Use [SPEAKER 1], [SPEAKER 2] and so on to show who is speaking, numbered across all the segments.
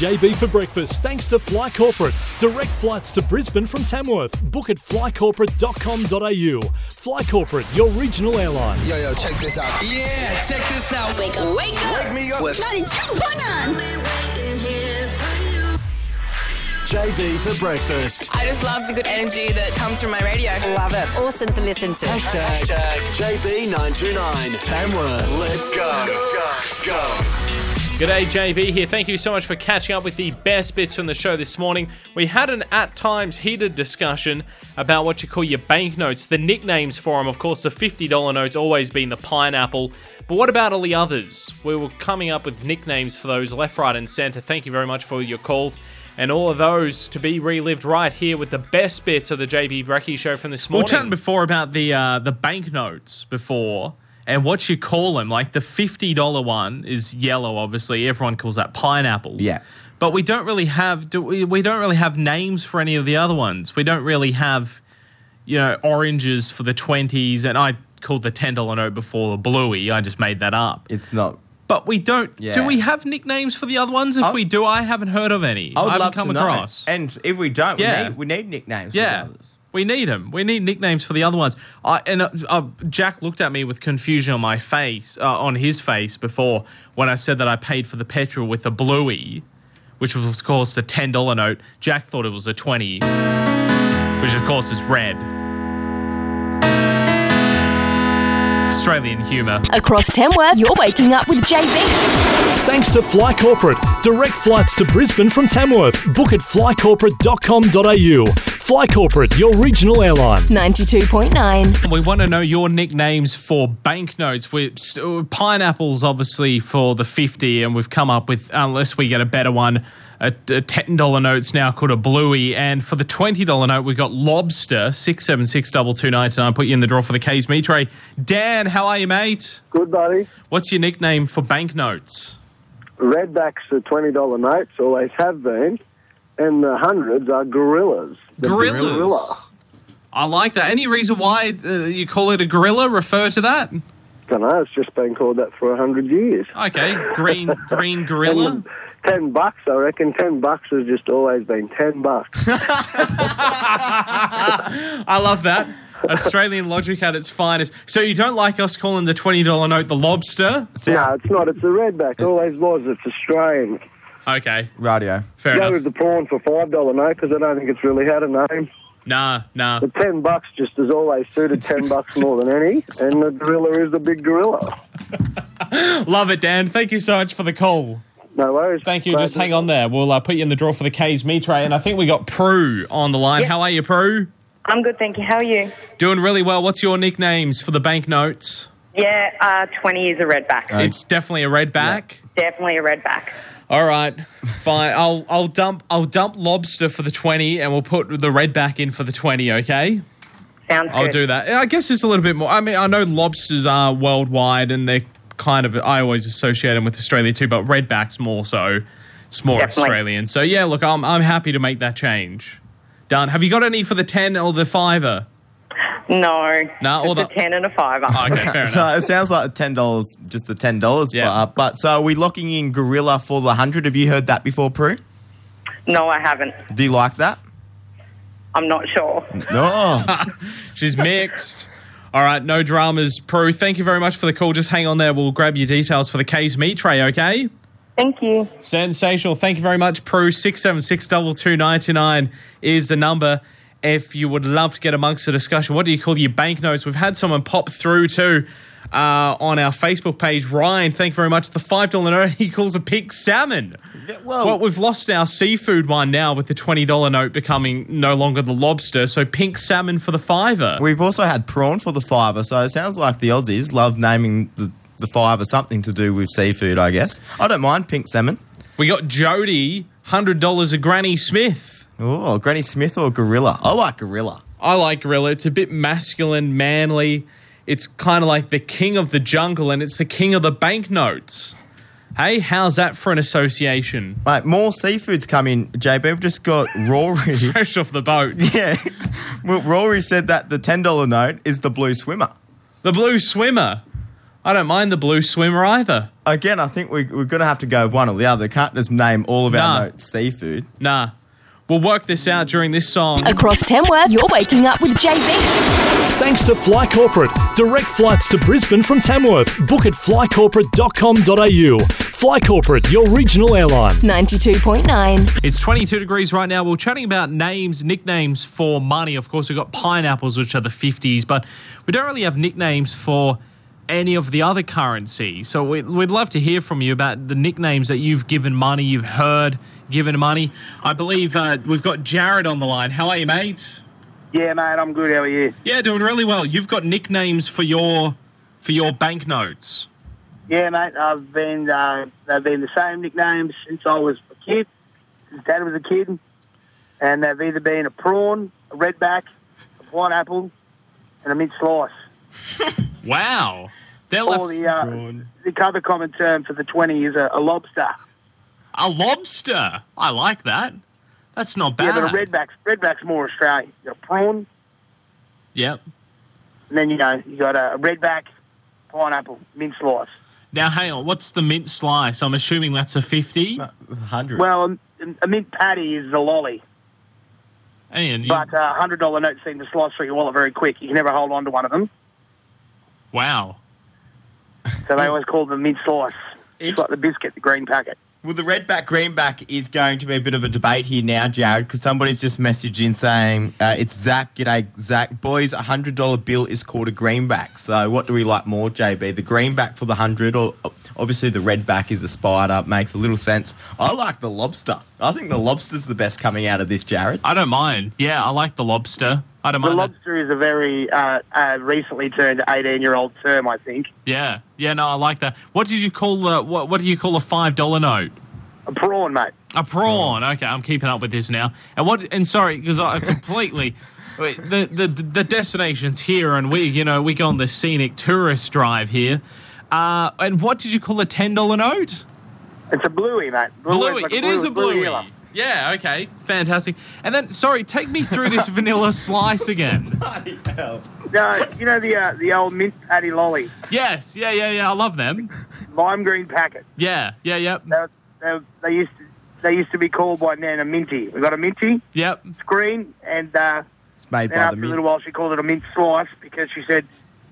[SPEAKER 1] JB for breakfast thanks to Fly Corporate. Direct flights to Brisbane from Tamworth. Book at flycorporate.com.au. Fly Corporate, your regional airline.
[SPEAKER 2] Yo, yo, check this out.
[SPEAKER 3] Yeah, check this out.
[SPEAKER 4] Wake up, wake up.
[SPEAKER 2] Wake me up with
[SPEAKER 4] 92.9.
[SPEAKER 3] JB for breakfast.
[SPEAKER 5] I just love the good energy that comes from my radio. Love it.
[SPEAKER 4] Awesome to listen to.
[SPEAKER 3] Hashtag, JB929. Tamworth. Let's go. go. go.
[SPEAKER 6] G'day, JB here. Thank you so much for catching up with the best bits from the show this morning. We had an at times heated discussion about what you call your banknotes, the nicknames for them. Of course, the $50 notes always been the pineapple. But what about all the others? We were coming up with nicknames for those left, right, and centre. Thank you very much for your calls. And all of those to be relived right here with the best bits of the JB Brecky show from this
[SPEAKER 7] We were
[SPEAKER 6] morning.
[SPEAKER 7] chatting before about the uh, the banknotes before and what you call them. Like the fifty dollar one is yellow, obviously. Everyone calls that pineapple.
[SPEAKER 8] Yeah.
[SPEAKER 7] But we don't really have do we, we don't really have names for any of the other ones. We don't really have you know oranges for the twenties. And I called the ten dollar note before bluey. I just made that up.
[SPEAKER 8] It's not.
[SPEAKER 7] But we don't.
[SPEAKER 8] Yeah.
[SPEAKER 7] Do we have nicknames for the other ones? If
[SPEAKER 8] I'll-
[SPEAKER 7] we do, I haven't heard of any.
[SPEAKER 8] I would
[SPEAKER 7] haven't
[SPEAKER 8] love to
[SPEAKER 7] come across.
[SPEAKER 8] know. And if we don't, we,
[SPEAKER 7] Yeah.
[SPEAKER 8] need, we need nicknames.
[SPEAKER 7] Yeah.
[SPEAKER 8] For others.
[SPEAKER 7] We need them. We need nicknames for the other ones. I, and uh, uh, Jack looked at me with confusion on my face, uh, on his face before when I said that I paid for the petrol with a bluey, which was of course a ten dollar note. Jack thought it was a twenty, which of course is red. Australian humour.
[SPEAKER 9] Across Tamworth, you're waking up with JB.
[SPEAKER 1] Thanks to Fly Corporate. Direct flights to Brisbane from Tamworth. Book at flycorporate.com.au. Fly Corporate, your regional airline.
[SPEAKER 9] 92.9.
[SPEAKER 7] We want to know your nicknames for banknotes. We so pineapples, obviously, for the fifty, and we've come up with unless we get a better one, a, a ten dollar note's now called a bluey, and for the twenty dollar note, we've got lobster six seven six double two nine tonight. Put you in the draw for the K's meat tray. Dan, how are you, mate?
[SPEAKER 10] Good buddy.
[SPEAKER 7] What's your nickname for banknotes?
[SPEAKER 10] Redbacks are twenty dollar notes, always have been, and the hundreds are gorillas. The
[SPEAKER 7] Gorillas.
[SPEAKER 10] gorilla.
[SPEAKER 7] I like that. Any reason why uh, you call it a gorilla? Refer to that.
[SPEAKER 10] Don't know. It's just been called that for a hundred years.
[SPEAKER 7] Okay, green green gorilla.
[SPEAKER 10] And ten bucks, I reckon. Ten bucks has just always been ten bucks.
[SPEAKER 7] I love that. Australian logic at its finest. So you don't like us calling the twenty dollar note the lobster?
[SPEAKER 10] no, it's not. It's a redback. Always was. It's Australian.
[SPEAKER 7] Okay,
[SPEAKER 8] Radio.
[SPEAKER 7] fair
[SPEAKER 10] Go
[SPEAKER 7] enough.
[SPEAKER 10] with the prawn for five dollar note because I don't think it's really had a name.
[SPEAKER 7] Nah, nah.
[SPEAKER 10] The ten bucks just has always suited ten bucks more than any, and the gorilla is the big gorilla.
[SPEAKER 7] Love it, Dan. Thank you so much for the call.
[SPEAKER 10] No worries.
[SPEAKER 7] Thank you.
[SPEAKER 10] Glad
[SPEAKER 7] Just
[SPEAKER 10] to-
[SPEAKER 7] hang on there. We'll uh, put you in the draw for the K's meat tray. And I think we got Prue on the line. How are you, Prue?
[SPEAKER 5] I'm good, thank you. How are you?
[SPEAKER 7] Doing really well. What's your nicknames for the banknotes?
[SPEAKER 5] Yeah, uh, 20 is a redback.
[SPEAKER 7] It's definitely a redback.
[SPEAKER 5] Definitely a redback.
[SPEAKER 7] All right, fine. I'll I'll dump I'll dump lobster for the twenty, and we'll put the redback in for the twenty. Okay.
[SPEAKER 5] Sounds
[SPEAKER 7] I'll
[SPEAKER 5] good.
[SPEAKER 7] do that. And I guess it's a little bit more. I mean, I know lobsters are worldwide and they're kind of, I always associate them with Australia too, but redback's more so. It's more
[SPEAKER 5] Definitely.
[SPEAKER 7] Australian. So, yeah, look, I'm, I'm happy to make that change. Done. Have you got any for the 10 or the fiver?
[SPEAKER 5] No.
[SPEAKER 7] No, all
[SPEAKER 5] it's
[SPEAKER 7] the-
[SPEAKER 5] a 10 and a Uh, 5.
[SPEAKER 7] Oh, okay, fair
[SPEAKER 8] So
[SPEAKER 7] enough.
[SPEAKER 8] it sounds like ten dollars, just the ten dollars.
[SPEAKER 7] Yeah.
[SPEAKER 8] But, uh, but so are we locking in gorilla for the hundred? Have you heard that before, Prue?
[SPEAKER 5] No, I haven't.
[SPEAKER 8] Do you like that? Oh.
[SPEAKER 5] I'm not sure.
[SPEAKER 8] No.
[SPEAKER 7] She's mixed. All right, no dramas, Prue. Thank you very much for the call. Just hang on there. We'll grab your details for the K's meat tray, okay?
[SPEAKER 5] Thank you.
[SPEAKER 7] Sensational. Thank you very much, Prue. 676 2299 is the number. If you would love to get amongst the discussion, what do you call your banknotes? We've had someone pop through too uh, on our Facebook page. Ryan, thank you very much. The $5 note he calls a pig salmon.
[SPEAKER 8] well-
[SPEAKER 7] well, we've lost our seafood one now with the $20 note becoming no longer the lobster. So pink salmon for the fiver.
[SPEAKER 8] We've also had prawn for the fiver, so it sounds like the Aussies love naming the, the fiver something to do with seafood. I guess I don't mind pink salmon.
[SPEAKER 7] We got Jody, $100 of Granny Smith.
[SPEAKER 8] Oh, Granny Smith or gorilla? I like gorilla.
[SPEAKER 7] I like Gorilla. It's a bit masculine, manly. It's kind of like the king of the jungle and it's the king of the banknotes. Hey, how's that for an association?
[SPEAKER 8] Mate, more seafood's come in. JB, we've just got Rory.
[SPEAKER 7] Fresh off the boat.
[SPEAKER 8] yeah, well, Rory said that the ten dollar note is the blue swimmer.
[SPEAKER 7] The blue swimmer. I don't mind the blue swimmer either.
[SPEAKER 8] Again, I think we, we're going to have to go with one or the other. Can't just name all of our
[SPEAKER 7] Nah.
[SPEAKER 8] notes seafood.
[SPEAKER 7] Nah. We'll work this out during this song.
[SPEAKER 9] Across Tamworth, you're waking up with JB.
[SPEAKER 1] Thanks to Fly Corporate. Direct flights to Brisbane from Tamworth. Book at flycorporate.com.au. Fly Corporate, your regional airline.
[SPEAKER 9] 92.9.
[SPEAKER 7] It's 22 degrees right now. We're chatting about names, nicknames for money. Of course, we've got pineapples, which are the 50s, but we don't really have nicknames for any of the other currency. So we- we'd love to hear from you about the nicknames that you've given money, you've heard given money. I believe uh, we've got Jared on the line. How are you, mate?
[SPEAKER 2] Yeah, mate, I'm good. How are you?
[SPEAKER 7] Yeah, doing really well. You've got nicknames for your for your banknotes.
[SPEAKER 2] Yeah, mate, I've been uh, they've been the same nicknames since I was a kid. Since Dad was a kid, and they've either been a prawn, a redback, a pineapple, and a mint slice.
[SPEAKER 7] Wow. They're
[SPEAKER 2] Or
[SPEAKER 7] left
[SPEAKER 2] the uh, the other common term for the twenty is a, a lobster.
[SPEAKER 7] a lobster. I like that. That's not bad.
[SPEAKER 2] Yeah, but a redback's redback's more Australian. You got a prawn,
[SPEAKER 7] Yep.
[SPEAKER 2] and then you know you got a redback, pineapple, mint slice.
[SPEAKER 7] Now, hang on. What's the mint slice? I'm assuming that's a 50.
[SPEAKER 8] 100.
[SPEAKER 2] Well, a, a mint patty is the lolly,
[SPEAKER 7] And you-
[SPEAKER 2] but uh, hundred dollar notes seem to slice through your wallet very quick. You can never hold on to one of them.
[SPEAKER 7] wow.
[SPEAKER 2] So they always call them mid slice.
[SPEAKER 8] Each-
[SPEAKER 2] It's like the biscuit, the green packet.
[SPEAKER 8] Well, the redback greenback is going to be a bit of a debate here now, Jared, because somebody's just messaged in saying uh, it's Zach. G'day, Zach. Boys, a hundred dollar bill is called a greenback. So, what do we like more, JB? The greenback for the hundred, or obviously the redback is a spider. Makes a little sense. I like the lobster. I think the lobster's the best coming out of this, Jared.
[SPEAKER 7] I don't mind. Yeah, I like the lobster. I don't
[SPEAKER 2] The
[SPEAKER 5] Uh-huh.
[SPEAKER 7] mind. that.
[SPEAKER 2] lobster is a very uh, uh, recently turned 18 year old term, I think.
[SPEAKER 7] Yeah. Yeah, no, I like that. What did you call the, what, what do you call a $5 note?
[SPEAKER 2] A prawn, mate.
[SPEAKER 7] A prawn. Okay, I'm keeping up with this now. And what? And sorry, because I completely wait, the, the the destination's here, and we you know we go on the scenic tourist drive here. Uh, and what did you call a ten dollar note?
[SPEAKER 2] It's a bluey, mate.
[SPEAKER 7] Bluey.
[SPEAKER 2] like
[SPEAKER 7] It is a bluey.
[SPEAKER 2] yellow.
[SPEAKER 7] Yeah. Okay. Fantastic. And then sorry, take me through this vanilla slice again.
[SPEAKER 2] No, you know the uh, the old mint patty lolly,
[SPEAKER 7] Yes. Yeah. Yeah. Yeah. I love them.
[SPEAKER 2] lime green packet.
[SPEAKER 7] Yeah. Yeah. Yep.
[SPEAKER 2] They, were- they, were- they used to. They used to be called by Nan a minty. We got a minty,
[SPEAKER 7] Yep.
[SPEAKER 2] it's green, and uh,
[SPEAKER 8] It's made
[SPEAKER 2] then
[SPEAKER 8] by the
[SPEAKER 2] after a
[SPEAKER 8] mint.
[SPEAKER 2] little while she called it a mint slice because she said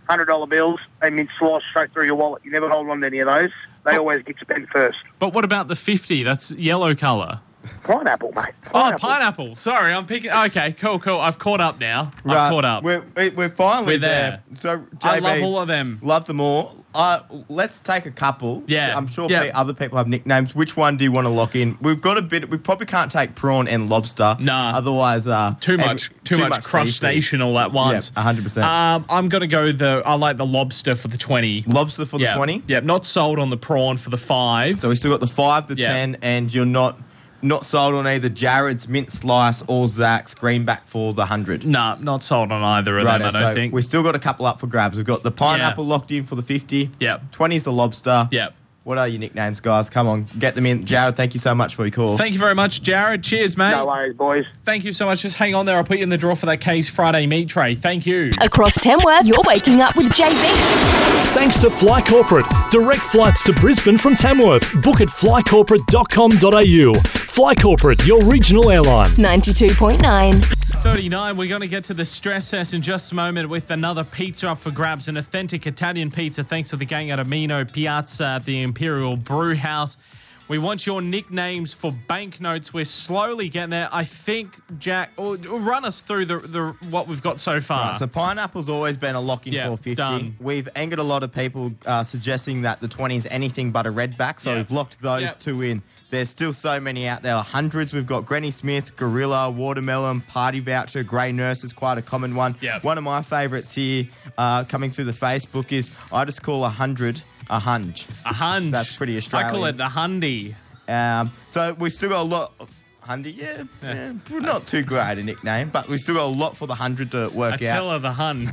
[SPEAKER 2] hundred dollar bills they mint slice straight through your wallet. You never hold on to any of those. They always get spent first.
[SPEAKER 7] But what about the fifty? That's yellow color.
[SPEAKER 2] Pineapple, mate.
[SPEAKER 7] Oh, pineapple. Sorry, I'm picking. Okay, cool, cool. I've caught up now. I've caught up.
[SPEAKER 8] We're, we- we're finally
[SPEAKER 7] We're
[SPEAKER 8] there.
[SPEAKER 7] there.
[SPEAKER 8] So, JB,
[SPEAKER 7] I love all of them.
[SPEAKER 8] Love them all. Uh, let's take a couple.
[SPEAKER 7] Yeah.
[SPEAKER 8] I'm sure
[SPEAKER 7] Yeah.
[SPEAKER 8] pe- other people have nicknames. Which one do you want to lock in? We've got a bit. We probably can't take prawn and lobster.
[SPEAKER 7] Nah.
[SPEAKER 8] Otherwise, uh,
[SPEAKER 7] Too
[SPEAKER 8] every-
[SPEAKER 7] much, too, much, crustacean all at
[SPEAKER 8] seafood.
[SPEAKER 7] once.
[SPEAKER 8] Yeah, 100. percent
[SPEAKER 7] um, I'm gonna go the. I like the lobster for the twenty.
[SPEAKER 8] Lobster for the
[SPEAKER 7] yeah.
[SPEAKER 8] 20.
[SPEAKER 7] Yep. Not sold on the prawn for the five.
[SPEAKER 8] So we still got the five, the
[SPEAKER 7] Yeah.
[SPEAKER 8] 10, and you're not not sold on either Jared's mint slice or Zach's greenback for the hundred.
[SPEAKER 7] nah, not sold on either of
[SPEAKER 8] Right,
[SPEAKER 7] them. I don't
[SPEAKER 8] so
[SPEAKER 7] think.
[SPEAKER 8] we've still got a couple up for grabs. We've got the pineapple locked in for the 50.
[SPEAKER 7] Yep.
[SPEAKER 8] 20's the lobster.
[SPEAKER 7] Yep.
[SPEAKER 8] What are your nicknames, guys? Come on, get them in. Jared, thank you so much for your call.
[SPEAKER 7] Thank you very much, Jared. Cheers, mate.
[SPEAKER 2] No worries, boys.
[SPEAKER 7] Thank you so much. Just hang on there. I'll put you in the draw for that K's Friday meat tray. Thank you.
[SPEAKER 9] Across Tamworth, you're waking up with JB.
[SPEAKER 1] Thanks to Fly Corporate. Direct flights to Brisbane from Tamworth. Book at flycorporate.com.au. Fly Corporate, your regional airline.
[SPEAKER 9] 92.9.
[SPEAKER 7] 39. We're going to get to the stress test in just a moment with another pizza up for grabs, an authentic Italian pizza, thanks to the gang at Amino Piazza at the Imperial Brew House. We want your nicknames for banknotes. We're slowly getting there. I think, Jack, or, or run us through the, the what we've got so far.
[SPEAKER 8] So pineapple's always been a lock in
[SPEAKER 7] Yeah,
[SPEAKER 8] 450.
[SPEAKER 7] done.
[SPEAKER 8] We've angered a lot of people uh, suggesting that the 20 is anything but a redback, so
[SPEAKER 7] Yeah.
[SPEAKER 8] we've locked those
[SPEAKER 7] Yep.
[SPEAKER 8] two in. There's still so many out there, hundreds. We've got Granny Smith, Gorilla, Watermelon, Party Voucher, Grey Nurse is quite a common one.
[SPEAKER 7] Yep.
[SPEAKER 8] One of my favourites here uh, coming through the Facebook is I just call a hundred a hunch.
[SPEAKER 7] a hunch.
[SPEAKER 8] That's pretty
[SPEAKER 7] I call
[SPEAKER 8] Australian.
[SPEAKER 7] it the hundy.
[SPEAKER 8] Um, so we've still got a lot. Hundy, yeah, yeah, not too great a nickname, but we've still got a lot for the hundred to
[SPEAKER 7] I
[SPEAKER 8] work
[SPEAKER 7] tell
[SPEAKER 8] out.
[SPEAKER 7] her the hun.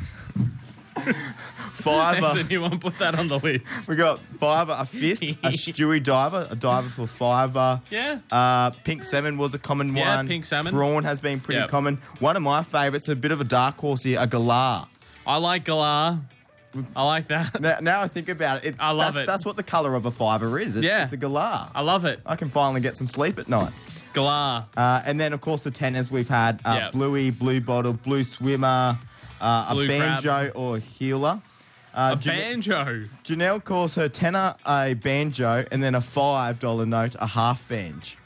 [SPEAKER 8] Five,
[SPEAKER 7] There's anyone put that on the list.
[SPEAKER 8] We got fiver, a fist, a stewie diver, a diver for fiver.
[SPEAKER 7] Yeah.
[SPEAKER 8] Uh, pink salmon was a common
[SPEAKER 7] Yeah,
[SPEAKER 8] one.
[SPEAKER 7] pink salmon.
[SPEAKER 8] Prawn has been pretty
[SPEAKER 7] Yep.
[SPEAKER 8] common. One of my favourites, a bit of a dark horse here, a galah.
[SPEAKER 7] I like galah. I like that.
[SPEAKER 8] Now, now I think about it, it-
[SPEAKER 7] I love
[SPEAKER 8] that's,
[SPEAKER 7] it.
[SPEAKER 8] That's what the colour of a fiver is. It's,
[SPEAKER 7] Yeah.
[SPEAKER 8] it's a galah.
[SPEAKER 7] I love it.
[SPEAKER 8] I can finally get some sleep at night.
[SPEAKER 7] Galah.
[SPEAKER 8] Uh, and then, of course, the tenors we've had uh,
[SPEAKER 7] Yep.
[SPEAKER 8] Bluey, Blue Bottle, Blue Swimmer, uh,
[SPEAKER 7] Blue
[SPEAKER 8] a
[SPEAKER 7] Crab.
[SPEAKER 8] banjo or healer. Uh,
[SPEAKER 7] a
[SPEAKER 8] Jan-
[SPEAKER 7] banjo.
[SPEAKER 8] Janelle calls her tenor a banjo and then a $5 note a half bench.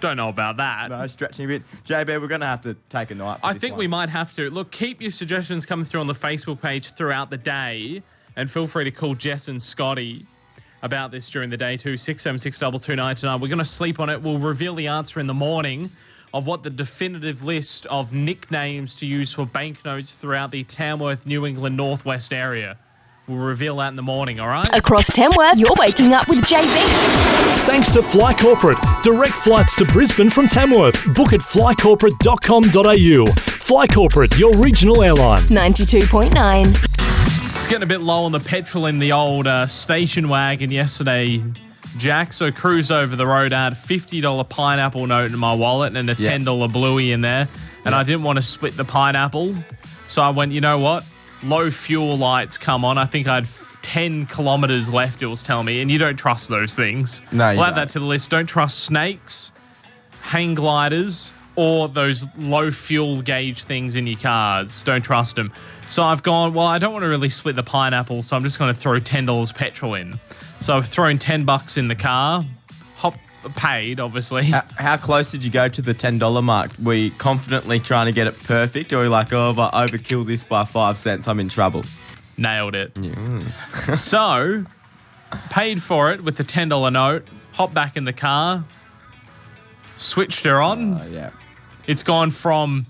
[SPEAKER 7] Don't know about that.
[SPEAKER 8] No, stretching a bit. JB, we're going to have to take a night for
[SPEAKER 7] I
[SPEAKER 8] this
[SPEAKER 7] think
[SPEAKER 8] one.
[SPEAKER 7] we might have to. Look, keep your suggestions coming through on the Facebook page throughout the day. And feel free to call Jess and Scotty about this during the day too. 676-229. We're going to sleep on it. We'll reveal the answer in the morning of what the definitive list of nicknames to use for banknotes throughout the Tamworth, New England, Northwest area. We'll reveal that in the morning, all right?
[SPEAKER 9] Across Tamworth, you're waking up with JB.
[SPEAKER 1] Thanks to Fly Corporate. Direct flights to Brisbane from Tamworth. Book at flycorporate.com.au. Fly Corporate, your regional airline.
[SPEAKER 9] 92.9.
[SPEAKER 7] It's getting a bit low on the petrol in the old uh, station wagon yesterday, Jack. So cruise over the road. I had a fifty dollar pineapple note in my wallet and a
[SPEAKER 8] Yeah.
[SPEAKER 7] ten dollar bluey in there, and I didn't want to split the pineapple, so I went. You know what? Low fuel lights come on. I think I had f- ten kilometers left. It was telling me, and you don't trust those things.
[SPEAKER 8] No, you
[SPEAKER 7] We'll add
[SPEAKER 8] don't.
[SPEAKER 7] that to the list. Don't trust snakes, hang gliders. Or those low fuel gauge things in your cars. Don't trust them. So I've gone, well, I don't want to really split the pineapple, so I'm just going to throw $10 petrol in. So I've thrown 10 bucks in the car, hop paid, obviously.
[SPEAKER 8] How, how close did you go to the $10 mark? Were you confidently trying to get it perfect or were you like, oh, if I overkill this by five cents, I'm in trouble?
[SPEAKER 7] Nailed it. so paid for it with the $10 note, hopped back in the car, switched her on.
[SPEAKER 8] Oh, yeah.
[SPEAKER 7] it's gone from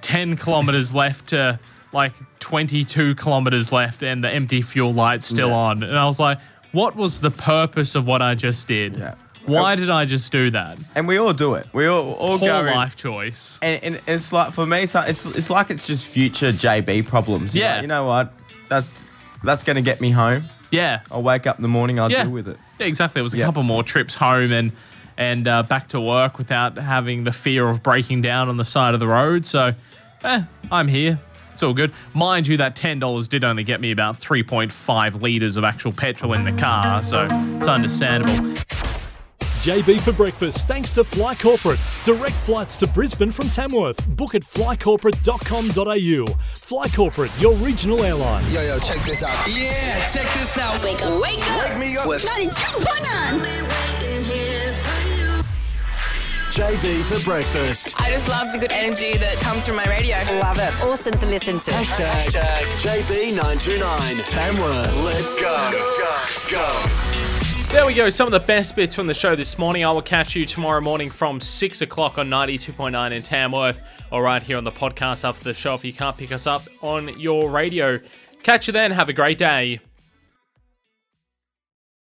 [SPEAKER 7] 10 kilometers left to like 22 kilometers left and the empty fuel light's still
[SPEAKER 8] Yeah.
[SPEAKER 7] on and i was like what was the purpose of what i just did
[SPEAKER 8] Yeah.
[SPEAKER 7] why did i just do that
[SPEAKER 8] And we all do it. We all, all
[SPEAKER 7] poor
[SPEAKER 8] go in-
[SPEAKER 7] life choice
[SPEAKER 8] And, and it's like for me, it's like it's, it's like it's just future JB problems. You're
[SPEAKER 7] Yeah.
[SPEAKER 8] like, you know what? That's that's gonna get me home.
[SPEAKER 7] yeah
[SPEAKER 8] I'll wake up in the morning. I'll
[SPEAKER 7] yeah
[SPEAKER 8] deal with it.
[SPEAKER 7] yeah exactly it was a
[SPEAKER 8] Yeah.
[SPEAKER 7] couple more trips home and and uh, back to work without having the fear of breaking down on the side of the road so eh, i'm here it's all good mind you that $10 did only get me about 3.5 litres of actual petrol in the car so it's understandable
[SPEAKER 1] JB for breakfast. Thanks to Fly Corporate. Direct flights to Brisbane from Tamworth. Book at flycorporate.com.au. Fly Corporate, your regional airline.
[SPEAKER 3] Yo, yo, check this out. Yeah, check this out.
[SPEAKER 4] Wake up, wake up.
[SPEAKER 3] Wake me up. With
[SPEAKER 4] 92.9.
[SPEAKER 3] JB for breakfast.
[SPEAKER 11] I just love the good energy that comes from my radio. Love it.
[SPEAKER 4] Awesome to listen to.
[SPEAKER 3] Hashtag JB929. Tamra, let's go. Go, go.
[SPEAKER 6] There we go. Some of the best bits from the show this morning. I will catch you tomorrow morning from 6 o'clock on 92.9 in Tamworth or right here on the podcast after the show if you can't pick us up on your radio. Catch you then. Have a great day.